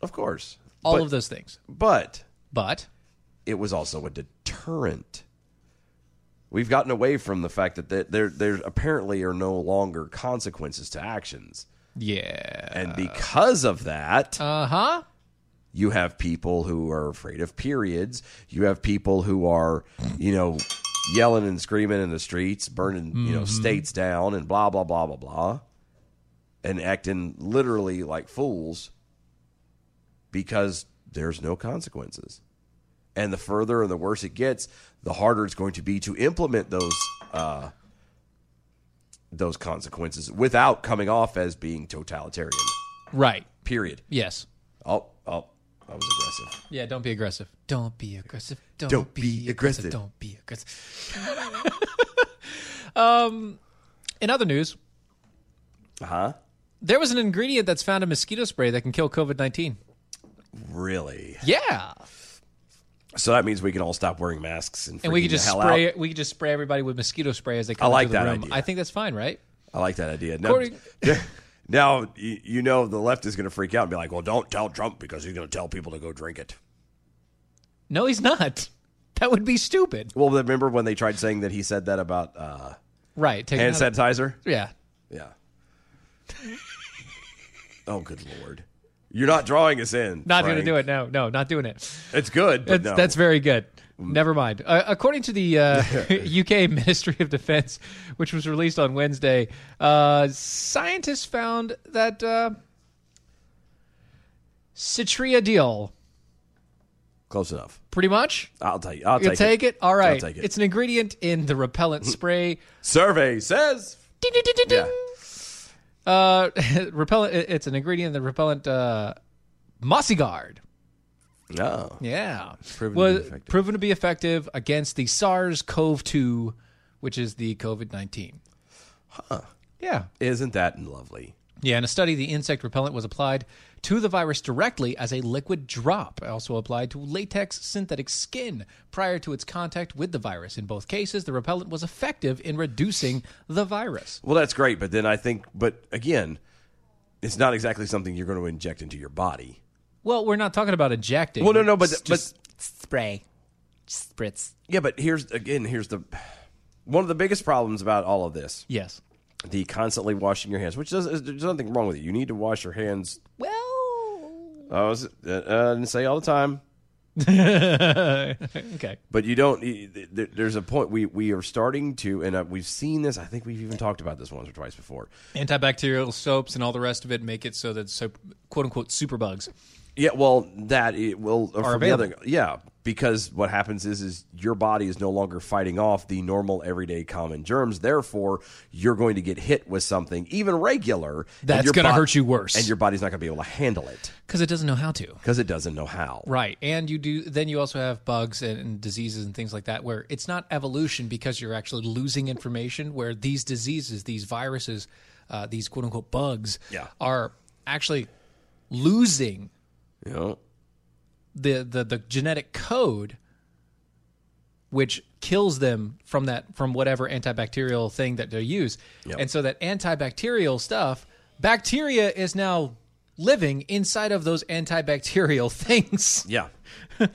Of course, All But- of those things. But but it was also a deterrent. We've gotten away from the fact that there there, there apparently are no longer consequences to actions. Yeah. And because of that, uh-huh. You have people who are afraid of periods. You have people who are, you know, yelling and screaming in the streets, burning, you know, Mhm. states down and blah blah blah blah blah and acting literally like fools because there's no consequences. And the further and the worse it gets, the harder it's going to be to implement those uh, those consequences without coming off as being totalitarian. Right. Period. Yes. Oh, oh, I was aggressive. Yeah, don't be aggressive. Don't be aggressive. Don't, Don't be, be aggressive. aggressive. Don't be aggressive. um, in other news, Uh huh. there was an ingredient that's found in mosquito spray that can kill COVID nineteen. Really? Yeah, So that means we can all stop wearing masks and, and we freaking could just the hell spray. out. We could just spray everybody with mosquito spray as they I come like into the that room. idea. I think that's fine, right? I like that idea. Now, According- now y- you know the left is going to freak out and be like, "Well, don't tell Trump because he's going to tell people to go drink it." No, he's not. That would be stupid. Well, remember when they tried saying that he said that about uh, Right. take hand another- sanitizer? Yeah. Yeah. oh, good lord! You're not drawing us in. Not going to do it. No, no, not doing it. It's good, That's, but no. Mm. that's very good. Never mind. Uh, according to the uh, UK Ministry of Defense, which was released on Wednesday, uh, scientists found that uh, citriadil, close enough. pretty much. I'll tell you. I'll you take, take it. All I'll right. take it. Mm-hmm. It's an ingredient in the repellent spray. Survey says. Ding, ding, ding, ding, Yeah. Uh, repellent. it- It's an ingredient in the repellent uh, Mossy Guard. No. Yeah, Proven to was be effective. proven to be effective against the SARS-CoV-2, which is the COVID-19. Huh. Yeah. Isn't that lovely? Yeah, in a study, the insect repellent was applied to the virus directly as a liquid drop, also applied to latex synthetic skin prior to its contact with the virus. In both cases, the repellent was effective in reducing the virus. Well, that's great, but then I think, but again, it's not exactly something you're going to inject into your body. Well, we're not talking about injecting. Well, no, no, It's but just spray, spritz. Yeah, but here's again, here's the One of the biggest problems about all of this, yes, the constantly washing your hands, which does there's nothing wrong with it. You need to wash your hands. Well, I was uh, uh, I didn't say all the time. okay. But you don't. you- th- th- There's a point we we are starting to, and uh, we've seen this. I think we've even talked about this once or twice before. Antibacterial soaps and all the rest of it make it so that soap, quote unquote, superbugs. Yeah, well, that it will uh, Are from the other- available. yeah, because what happens is is your body is no longer fighting off the normal, everyday, common germs. Therefore, you're going to get hit with something, even regular, and That's your gonna bod- hurt you worse. and your body's not going to be able to handle it Because it doesn't know how to. because it doesn't know how. Right, and you do. Then you also have bugs and, and diseases and things like that, where it's not evolution because you're actually losing information. Where these diseases, these viruses, uh, these quote unquote bugs, Yeah. are actually losing You know, the, the the genetic code, which kills them from that from whatever antibacterial thing that they use, and so that antibacterial stuff, bacteria is now living inside of those antibacterial things. yeah,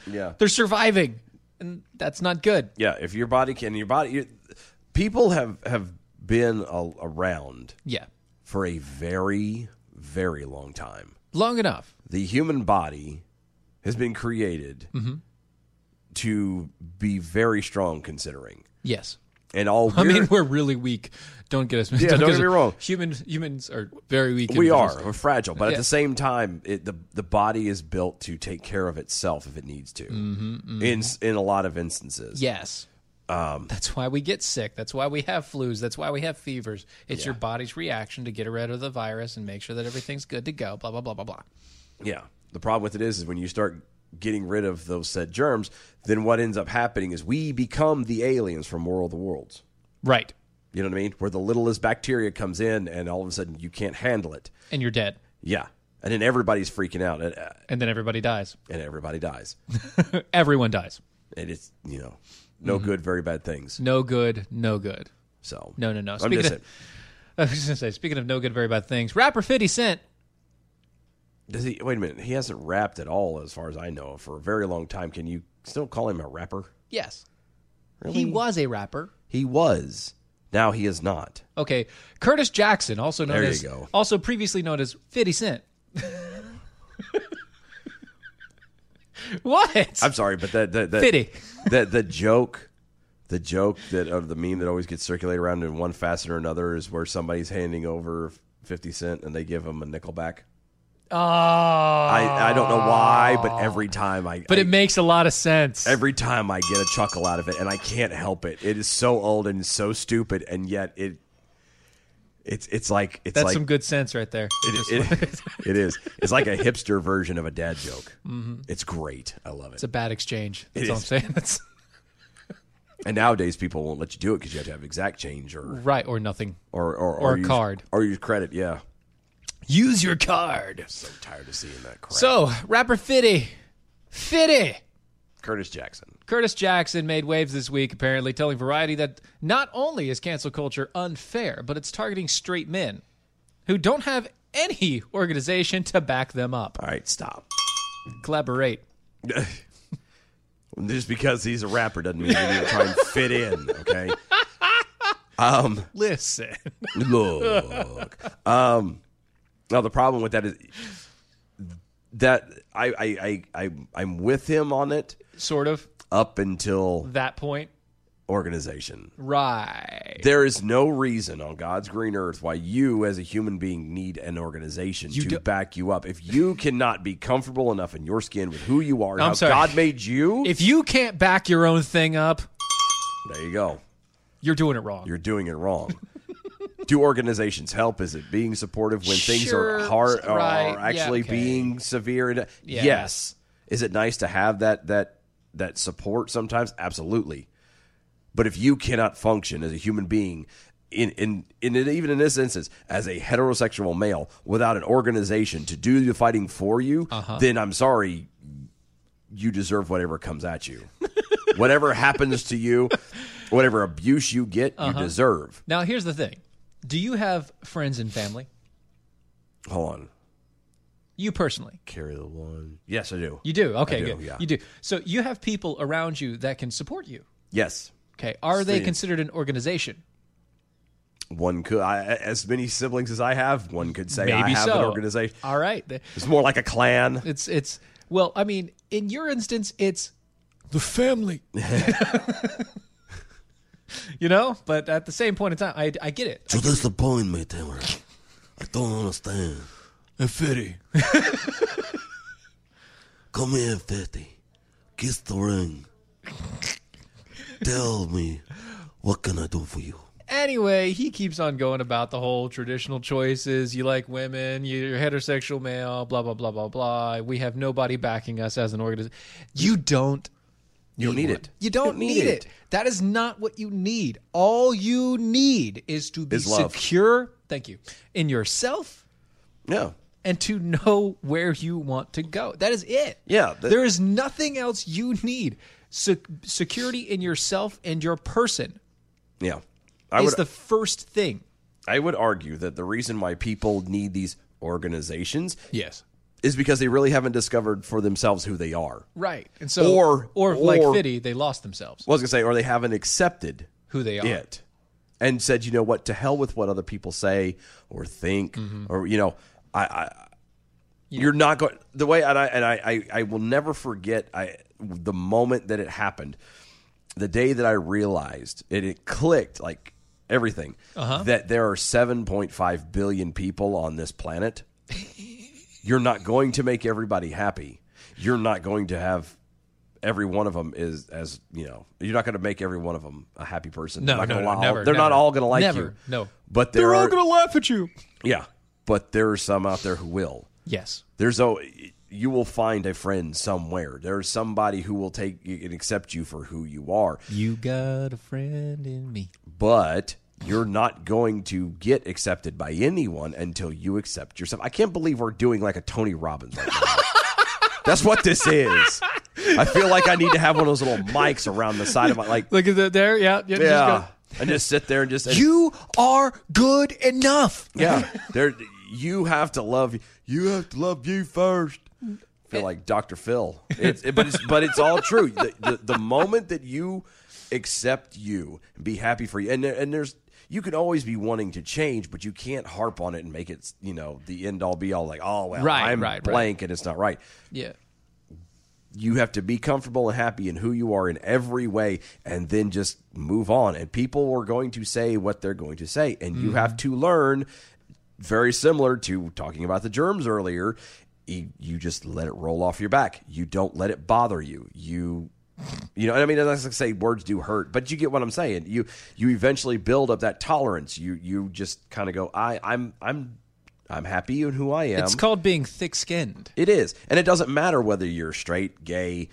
yeah. They're surviving, and that's not good. Yeah, if your body can, your body. You, people have have been a, around. Yeah. For a very very long time. Long enough. The human body has been created Mhm. to be very strong, considering Yes. and all. I mean, weird- we're really weak. Don't get us. Yeah, don't us- get me wrong. Humans, humans are very weak. we are individuals. we're fragile, but Yeah. at the same time, it, the the body is built to take care of itself if it needs to. Mhm, mhm. In s- in a lot of instances, Yes. Um, That's why we get sick. That's why we have flus. That's why we have fevers. It's Yeah. your body's reaction to get rid of the virus and make sure that everything's good to go. Blah blah blah blah blah. Yeah. The problem with it is, is when you start getting rid of those said germs, then what ends up happening is we become the aliens from War of the Worlds. Right. You know what I mean? Where the littlest bacteria comes in, and all of a sudden you can't handle it. And you're dead. Yeah. And then everybody's freaking out, and, uh, And then everybody dies. and everybody dies. Everyone dies. And it's you know, no Mhm. good, very bad things. No good. No good. So no no no. I'm Speaking just of, I was just gonna say. Speaking of no good, very bad things. Rapper Fifty Cent. Does he? Wait a minute. He hasn't rapped at all, as far as I know, for a very long time. Can you still call him a rapper? Yes. Really? He was a rapper. He was. Now he is not. Okay, Curtis Jackson, also known There you as go. also previously known as Fifty Cent. what? I'm sorry, but that that, that Fitty. that the joke, the joke that of the meme that always gets circulated around in one facet or another is where somebody's handing over fifty cent and they give him a nickel back. Oh, I I I don't know why, but every time I Oh. But I- it makes a lot of sense. every time I get a chuckle out of it, and I can't help it. It is so old and so stupid, and yet it. It's it's like it's That's like some good sense right there. it, it, it is. It's like a hipster version of a dad joke. Mhm. It's great. I love it. It's a bad exchange. That's It all I'm is. saying. That's And nowadays, people won't let you do it because you have to have exact change or right or nothing. or or, Or a use- card. or use credit. Yeah, Use your card. I'm so tired of seeing that. Crap. So rapper Fitty, Fitty. Curtis Jackson. Curtis Jackson made waves this week, apparently, telling Variety that not only is cancel culture unfair, but it's targeting straight men who don't have any organization to back them up. All right, stop. Collaborate. Just because he's a rapper doesn't mean you need to try and fit in. Okay. Um. Listen. Look. Um. Now the problem with that is that I I I, I I'm with him on it. Sort of. Up until that point. Organization. Right. There is no reason on God's green earth why you, as a human being, need an organization to back you up. If you cannot be comfortable enough in your skin with who you are, I'm how sorry. God made you, If you can't back your own thing up, there you go. You're doing it wrong. You're doing it wrong. Do organizations help? Is it being supportive when things are Sure, hard or right, are yeah, actually okay. being severe? And, Yeah. Yes. Is it nice to have that that that support sometimes? Absolutely. But if you cannot function as a human being, in in, in it, even in this instance, as a heterosexual male without an organization to do the fighting for you, Uh-huh. then I'm sorry, you deserve whatever comes at you. whatever happens to you, whatever abuse you get, Uh-huh. you deserve. Now, here's the thing Do you have friends and family? Hold on. You personally. Carry the one. Yes, I do. You do. Okay, I do, good. Yeah. You do. So you have people around you that can support you. Yes. Okay. Are they Steve. considered an organization? One could, I, as many siblings as I have, one could say I Maybe have an so. organization. All right. The- It's more like a clan. It's it's well, I mean, in your instance, it's the family. you know, but at the same point in time, I I get it. So that's the point, mate. Tamer. I don't understand. Hey, Fetty. Come here, Fetty. Kiss the ring. Tell me, what can I do for you? Anyway, he keeps on going about the whole traditional choices. You like women, you're heterosexual male, blah blah blah blah blah. We have nobody backing us as an organization. You don't. You don't need it. You don't need, it. That is not what you need. All you need is to be Is love. secure. Thank you. In yourself. Yeah. And to know where you want to go. That is it. Yeah, that- there is nothing else you need. Se- security in yourself and your person Yeah. is the first thing. I would argue that the reason why people need these organizations Yes. is because they really haven't discovered for themselves who they are. Right. And so Or- or or, like or- Fitty, they lost themselves. Well, I was going to say, or they haven't accepted Who they are. it and said, you know what, to hell with what other people say or think Mm-hmm. or, you know, I, I you're not going the way and I and I, I I will never forget I the moment that it happened the day that I realized and it clicked like everything Uh-huh. that there are 7.5 billion people on this planet you're not going to make everybody happy you're not going to have every one of them is as you know you're not going to make every one of them a happy person No, They're not no, gonna no, allow- never, they're not never. all going to like Never, you no. but there They're all are- gonna laugh at you. yeah, but there are some out there who will. Yes. There's a you will find a friend somewhere. There's somebody who will take you and accept you for who you are. You got a friend in me. But you're not going to get accepted by anyone until you accept yourself. I can't believe we're doing like a Tony Robbins right now. That's what this is. I feel like I need to have one of those little mics around the side of my like Look at that there, yeah. Yeah. just yeah. go- And just sit there and just You are good enough. Yeah, there. You have to love. You have to love you first. Feel like Dr. Phil. It's, it- but it's but it's all true. The, the, the moment that you accept you, be happy for you, and there, and there's you can always be wanting to change, but you can't harp on it and make it you know the end all be all. Like oh well, Right, I'm right, right. blank and it's not right. Yeah. You have to be comfortable and happy in who you are in every way, and then just move on. And people are going to say what they're going to say, and you Mhm. have to learn very similar to talking about the germs earlier. You, you just let it roll off your back. You don't let it bother you. You, you know, and I mean, as I say, words do hurt, but you get what I'm saying. You, you eventually build up that tolerance. You, you just kind of go, I, I'm, I'm, I'm happy in who I am. It's called being thick-skinned. It is, and it doesn't matter whether you're straight, gay,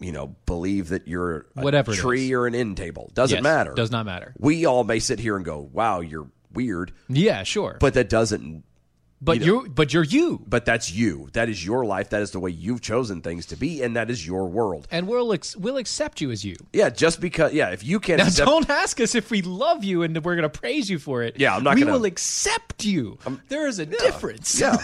you know, believe that you're a Whatever it tree or an end table. Doesn't Yes, matter. does not matter. We all may sit here and go, "Wow, you're weird." Yeah, sure. But that doesn't. But you, but you're you. But that's you. That is your life. That is the way you've chosen things to be, and that is your world. And we'll ex- we'll accept you as you. Yeah, just because. Yeah, if you can't. Now, accept- don't ask us if we love you and we're going to praise you for it. Yeah, I'm not We gonna- will accept you. there is a difference. Yeah,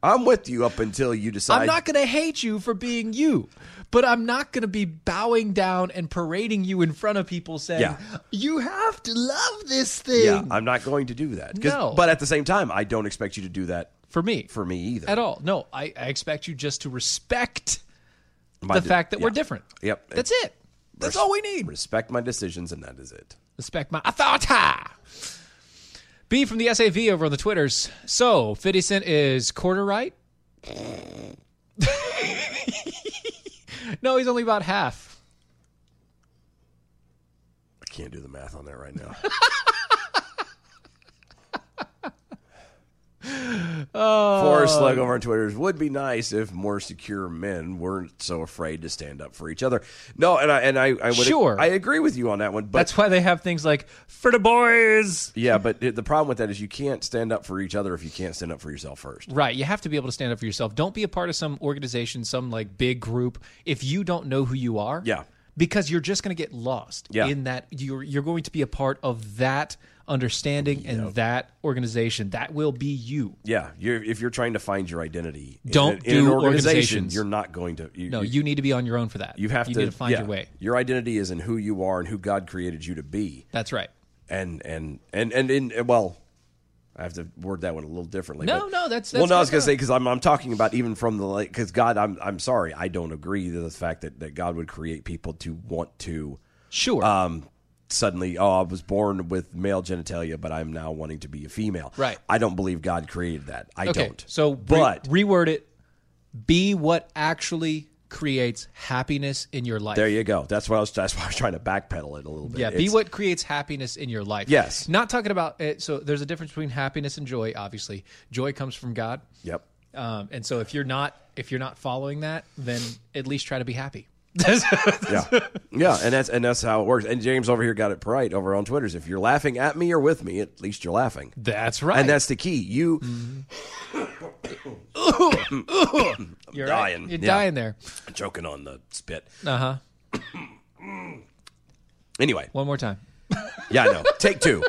I'm with you up until you decide. I'm not going to hate you for being you, but I'm not going to be bowing down and parading you in front of people saying, Yeah. "You have to love this thing." Yeah, I'm not going to do that. 'Cause- No. But at the same time, I don't expect you to do that for me. For me either. At all. No, I, I expect you just to respect My the di- fact that we're yeah. different. Yep. That's it. That's all we need. Respect my decisions, and that is it. Respect my authority. B from the SAV over on the Twitters. So, 50 Cent is quarter right? no, he's only about half. I can't do the math on that right now. Oh. Forrest Slug over on Twitter's would be nice if more secure men weren't so afraid to stand up for each other. No, and I and I, I would Sure. I agree with you on that one. But That's why they have things like for the boys. yeah, but the the problem with that is you can't stand up for each other if you can't stand up for yourself first. Right, you have to be able to stand up for yourself. Don't be a part of some organization, some like big group if you don't know who you are. Yeah. Because you're just going to get lost Yeah. in that you're you're going to be a part of that understanding, and that organization. That will be you. Yeah, you're, if you're trying to find your identity, in Don't an- in, an do organization, organizations. you're not going to. You, no, you need to be on your own for that. you have you to need to find yeah, your way. Your identity is in who you are and who God created you to be. That's right. And and and and, and, and well, I have to word that one a little differently. No, but- no, that's- well. that's No, I was good gonna though. say because I'm I'm talking about even from the like because God, I'm I'm sorry, I don't agree to the fact that that God would create people to want to. Sure. Um, suddenly, oh, I was born with male genitalia, but I'm now wanting to be a female. Right. I don't believe God created that. I okay, don't. So, re- but reword it. Be what actually creates happiness in your life. there you go. That's what I was. That's why I was trying to backpedal it a little bit. Yeah, be It's- what creates happiness in your life. Yes. Not talking about it. So there's a difference between happiness and joy. Obviously, joy comes from God. Yep. Um, and so if you're not if you're not following that, then at least try to be happy. yeah, yeah, and that's and that's how it works. And James over here got it right over on Twitter's. If you're laughing at me or with me, at least you're laughing. That's right. and that's the key. You You're right. dying, You're Yeah. dying there. choking on the spit. Uh huh. Anyway, One more time. yeah, I know. Take two.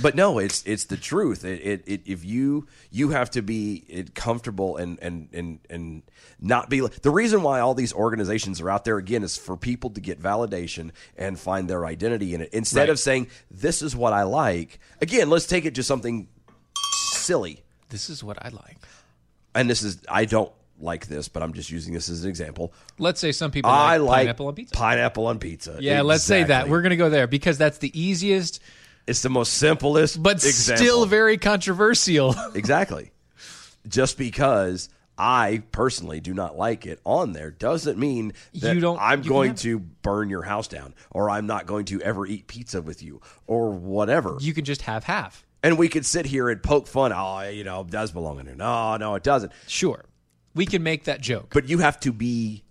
But no, it's it's the truth. It, it, it if you you have to be it, comfortable and and and and not be the reason why all these organizations are out there again is for people to get validation and find their identity in it instead Right. of saying this is what I like. Again, let's take it to something silly. This is what I like. And this is I don't like this, but I'm just using this as an example. Let's say some people I like, like pineapple on pizza. Pineapple on pizza. Yeah, let's say that. Exactly. We're gonna go there because that's the easiest, it's the most simplest, but example. still very controversial. Exactly. Just because I personally do not like it on there doesn't mean that You don't- I'm you can going have to burn your house down or I'm not going to ever eat pizza with you or whatever. you can just have half. and we could sit here and poke fun. Oh, you know, it does belong in there. No, no, it doesn't. Sure, we can make that joke. But you have to be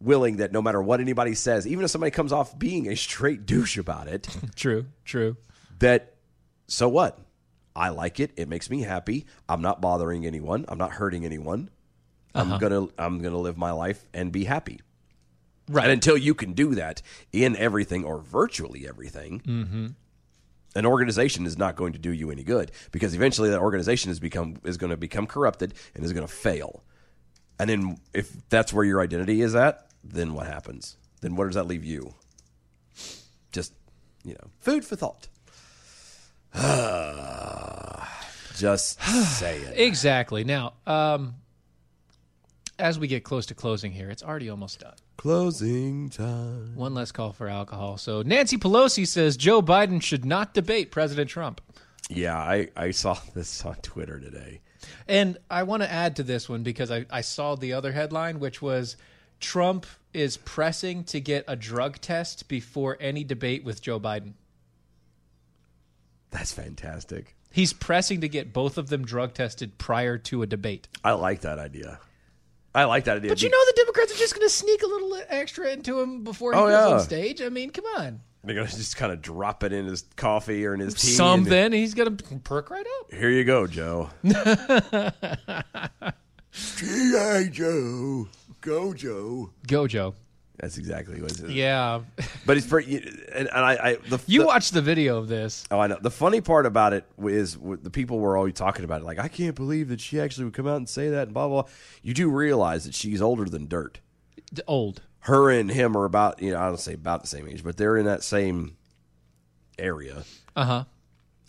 willing that no matter what anybody says, even if somebody comes off being a straight douche about it, True. True. that so what? I like it. It makes me happy. I'm not bothering anyone. I'm not hurting anyone. Uh-huh. I'm gonna I'm gonna live my life and be happy. Right. And until you can do that in everything or virtually everything, Mm-hmm. an organization is not going to do you any good because eventually that organization is become is going to become corrupted and is going to fail. And then if that's where your identity is at, then what happens? Then where does that leave you? Just you know, food for thought. Just saying. Exactly. Now, um, as we get close to closing here, it's already almost done. Closing time. One less call for alcohol. So Nancy Pelosi says Joe Biden should not debate President Trump. Yeah, I, I saw this on Twitter today. And I want to add to this one because I, I saw the other headline, which was Trump is pressing to get a drug test before any debate with Joe Biden. That's fantastic. He's pressing to get both of them drug tested prior to a debate. I like that idea. I like that idea. But you know the Democrats are just going to sneak a little extra into him before he Oh, goes yeah. on stage. I mean, come on. they're gonna just kind of drop it in his coffee or in his tea. and- Something. He's going to perk right up. Here you go, Joe. G.I. Joe. Go, Joe. Go, Joe. That's exactly what it is. Yeah. But it's pretty. And, and I, I the, You the- watched the video of this. Oh, I know. The funny part about it is w- the people were always talking about it. Like, I can't believe that she actually would come out and say that. And blah blah. blah. You do realize that she's older than dirt. D- Old. her and him are about you know I don't say about the same age, but they're in that same area. Uh huh.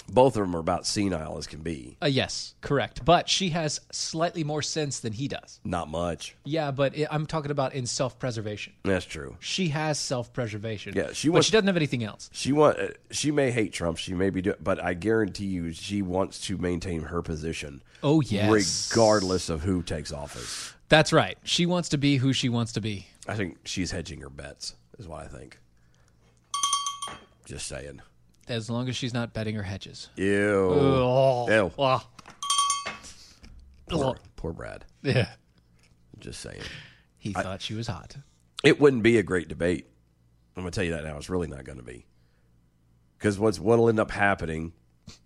Both of them are about senile as can be. Uh, yes, correct. But she has slightly more sense than he does. Not much. Yeah, but it, I'm talking about in self preservation. That's true. She has self preservation. Yeah, she but wants- she doesn't have anything else. She want uh, she may hate Trump. She may be, do, but I guarantee you, she wants to maintain her position. Oh, yes. regardless of who takes office. That's right. She wants to be who she wants to be. I think she's hedging her bets. Is what I think. Just saying. As long as she's not betting her hedges. Ew. Ugh. Oh. Ew. Ugh. Poor, Ugh. poor Brad. Yeah. Just saying. He I- thought she was hot. it wouldn't be a great debate. I'm gonna tell you that now. It's really not going to be because what's what'll end up happening,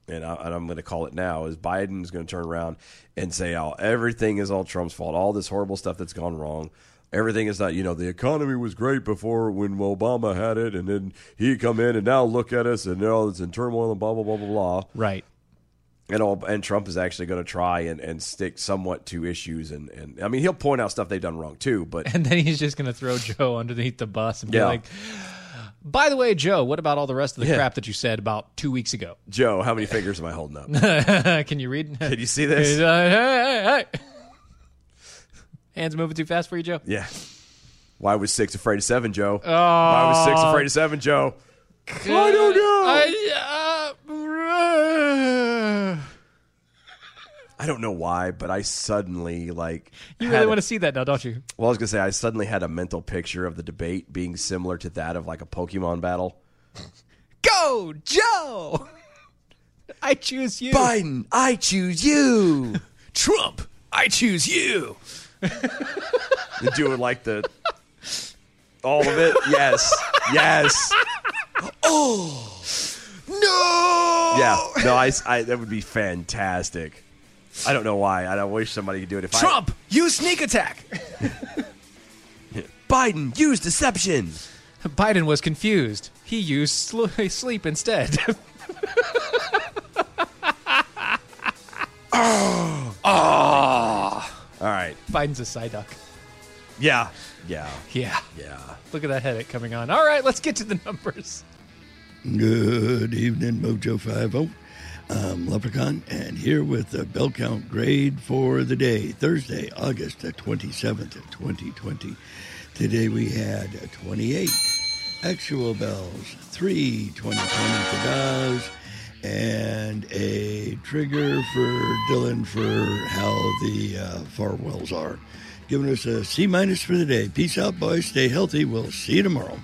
and, I, and I'm going to call it now is Biden's going to turn around and say, "Oh, everything is all Trump's fault. All this horrible stuff that's gone wrong. Everything is not, you know, the economy was great before when Obama had it, and then he come in and now look at us and now it's in turmoil and blah blah blah blah blah. Right. And all, and Trump is actually going to try and, and stick somewhat to issues and, and I mean he'll point out stuff they've done wrong too, but And then he's just going to throw Joe underneath the bus and be Yeah. like, by the way, Joe, what about all the rest of the Yeah. crap that you said about two weeks ago? Joe, how many fingers am I holding up? Can you read? Can you see this? He's like, "Hey, hey, hey." Hands moving too fast for you, Joe? Yeah. Why was six afraid of seven, Joe? Oh. Why was six afraid of seven, Joe? I don't know. I don't know why, but I suddenly like you had really a- want to see that now, don't you? Well, I was gonna say I suddenly had a mental picture of the debate being similar to that of like a Pokemon battle. Go, Joe! I choose you. Biden, I choose you. Trump, I choose you. And doing like the all of it. Yes, yes, Oh no! yeah. No, I, I that would be fantastic. I don't know why. I don't wish somebody could do it. If Trump, use sneak attack. Biden used deception. Biden was confused. He used sl- sleep instead. oh, Ah. oh. All right. Biden's a Psyduck. Yeah. Yeah. Yeah. Yeah. Look at that headache coming on. All right, let's get to the numbers. Good evening, Mojo 50. I'm Leprechaun, and here with the bell count grade for the day, Thursday, August the 27th, 2020. Today we had 28 actual bells, 3 2020 for Dawes, and a trigger for Dylan for how the uh, farwells are. Giving us a C minus for the day. Peace out, boys. Stay healthy. We'll see you tomorrow.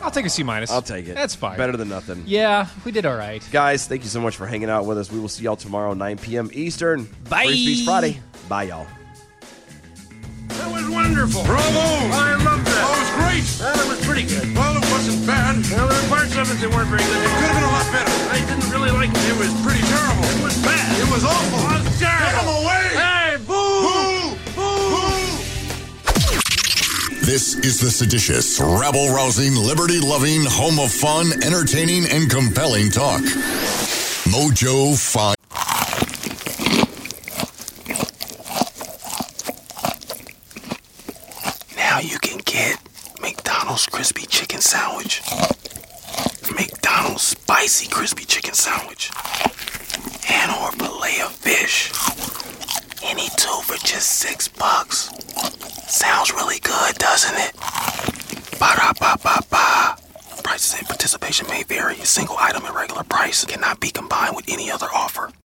I'll take a C minus. I'll take it. That's fine. Better than nothing. Yeah, we did all right. Guys, thank you so much for hanging out with us. We will see y'all tomorrow, 9 p.m. Eastern. Bye. Free Speech Friday. Bye, y'all. That was wonderful. Bravo! I loved that. That was great. Well, it was pretty good. Well, it wasn't bad. Well, there were parts of it that weren't very good. It could have been a lot better. I didn't really like it. It was pretty terrible. It was bad. It was awful. It was terrible. Get him away! Hey, Boo! boo. boo. This is the seditious, rabble rousing, liberty loving, home of fun, entertaining, and compelling talk. Mojo 5. Now you can get McDonald's crispy chicken sandwich. McDonald's spicy crispy chicken sandwich. And or fillet of fish. Any two for just six bucks. Sounds really good, doesn't it? Ba da ba ba ba. Prices and participation may vary. A single item at regular price cannot be combined with any other offer.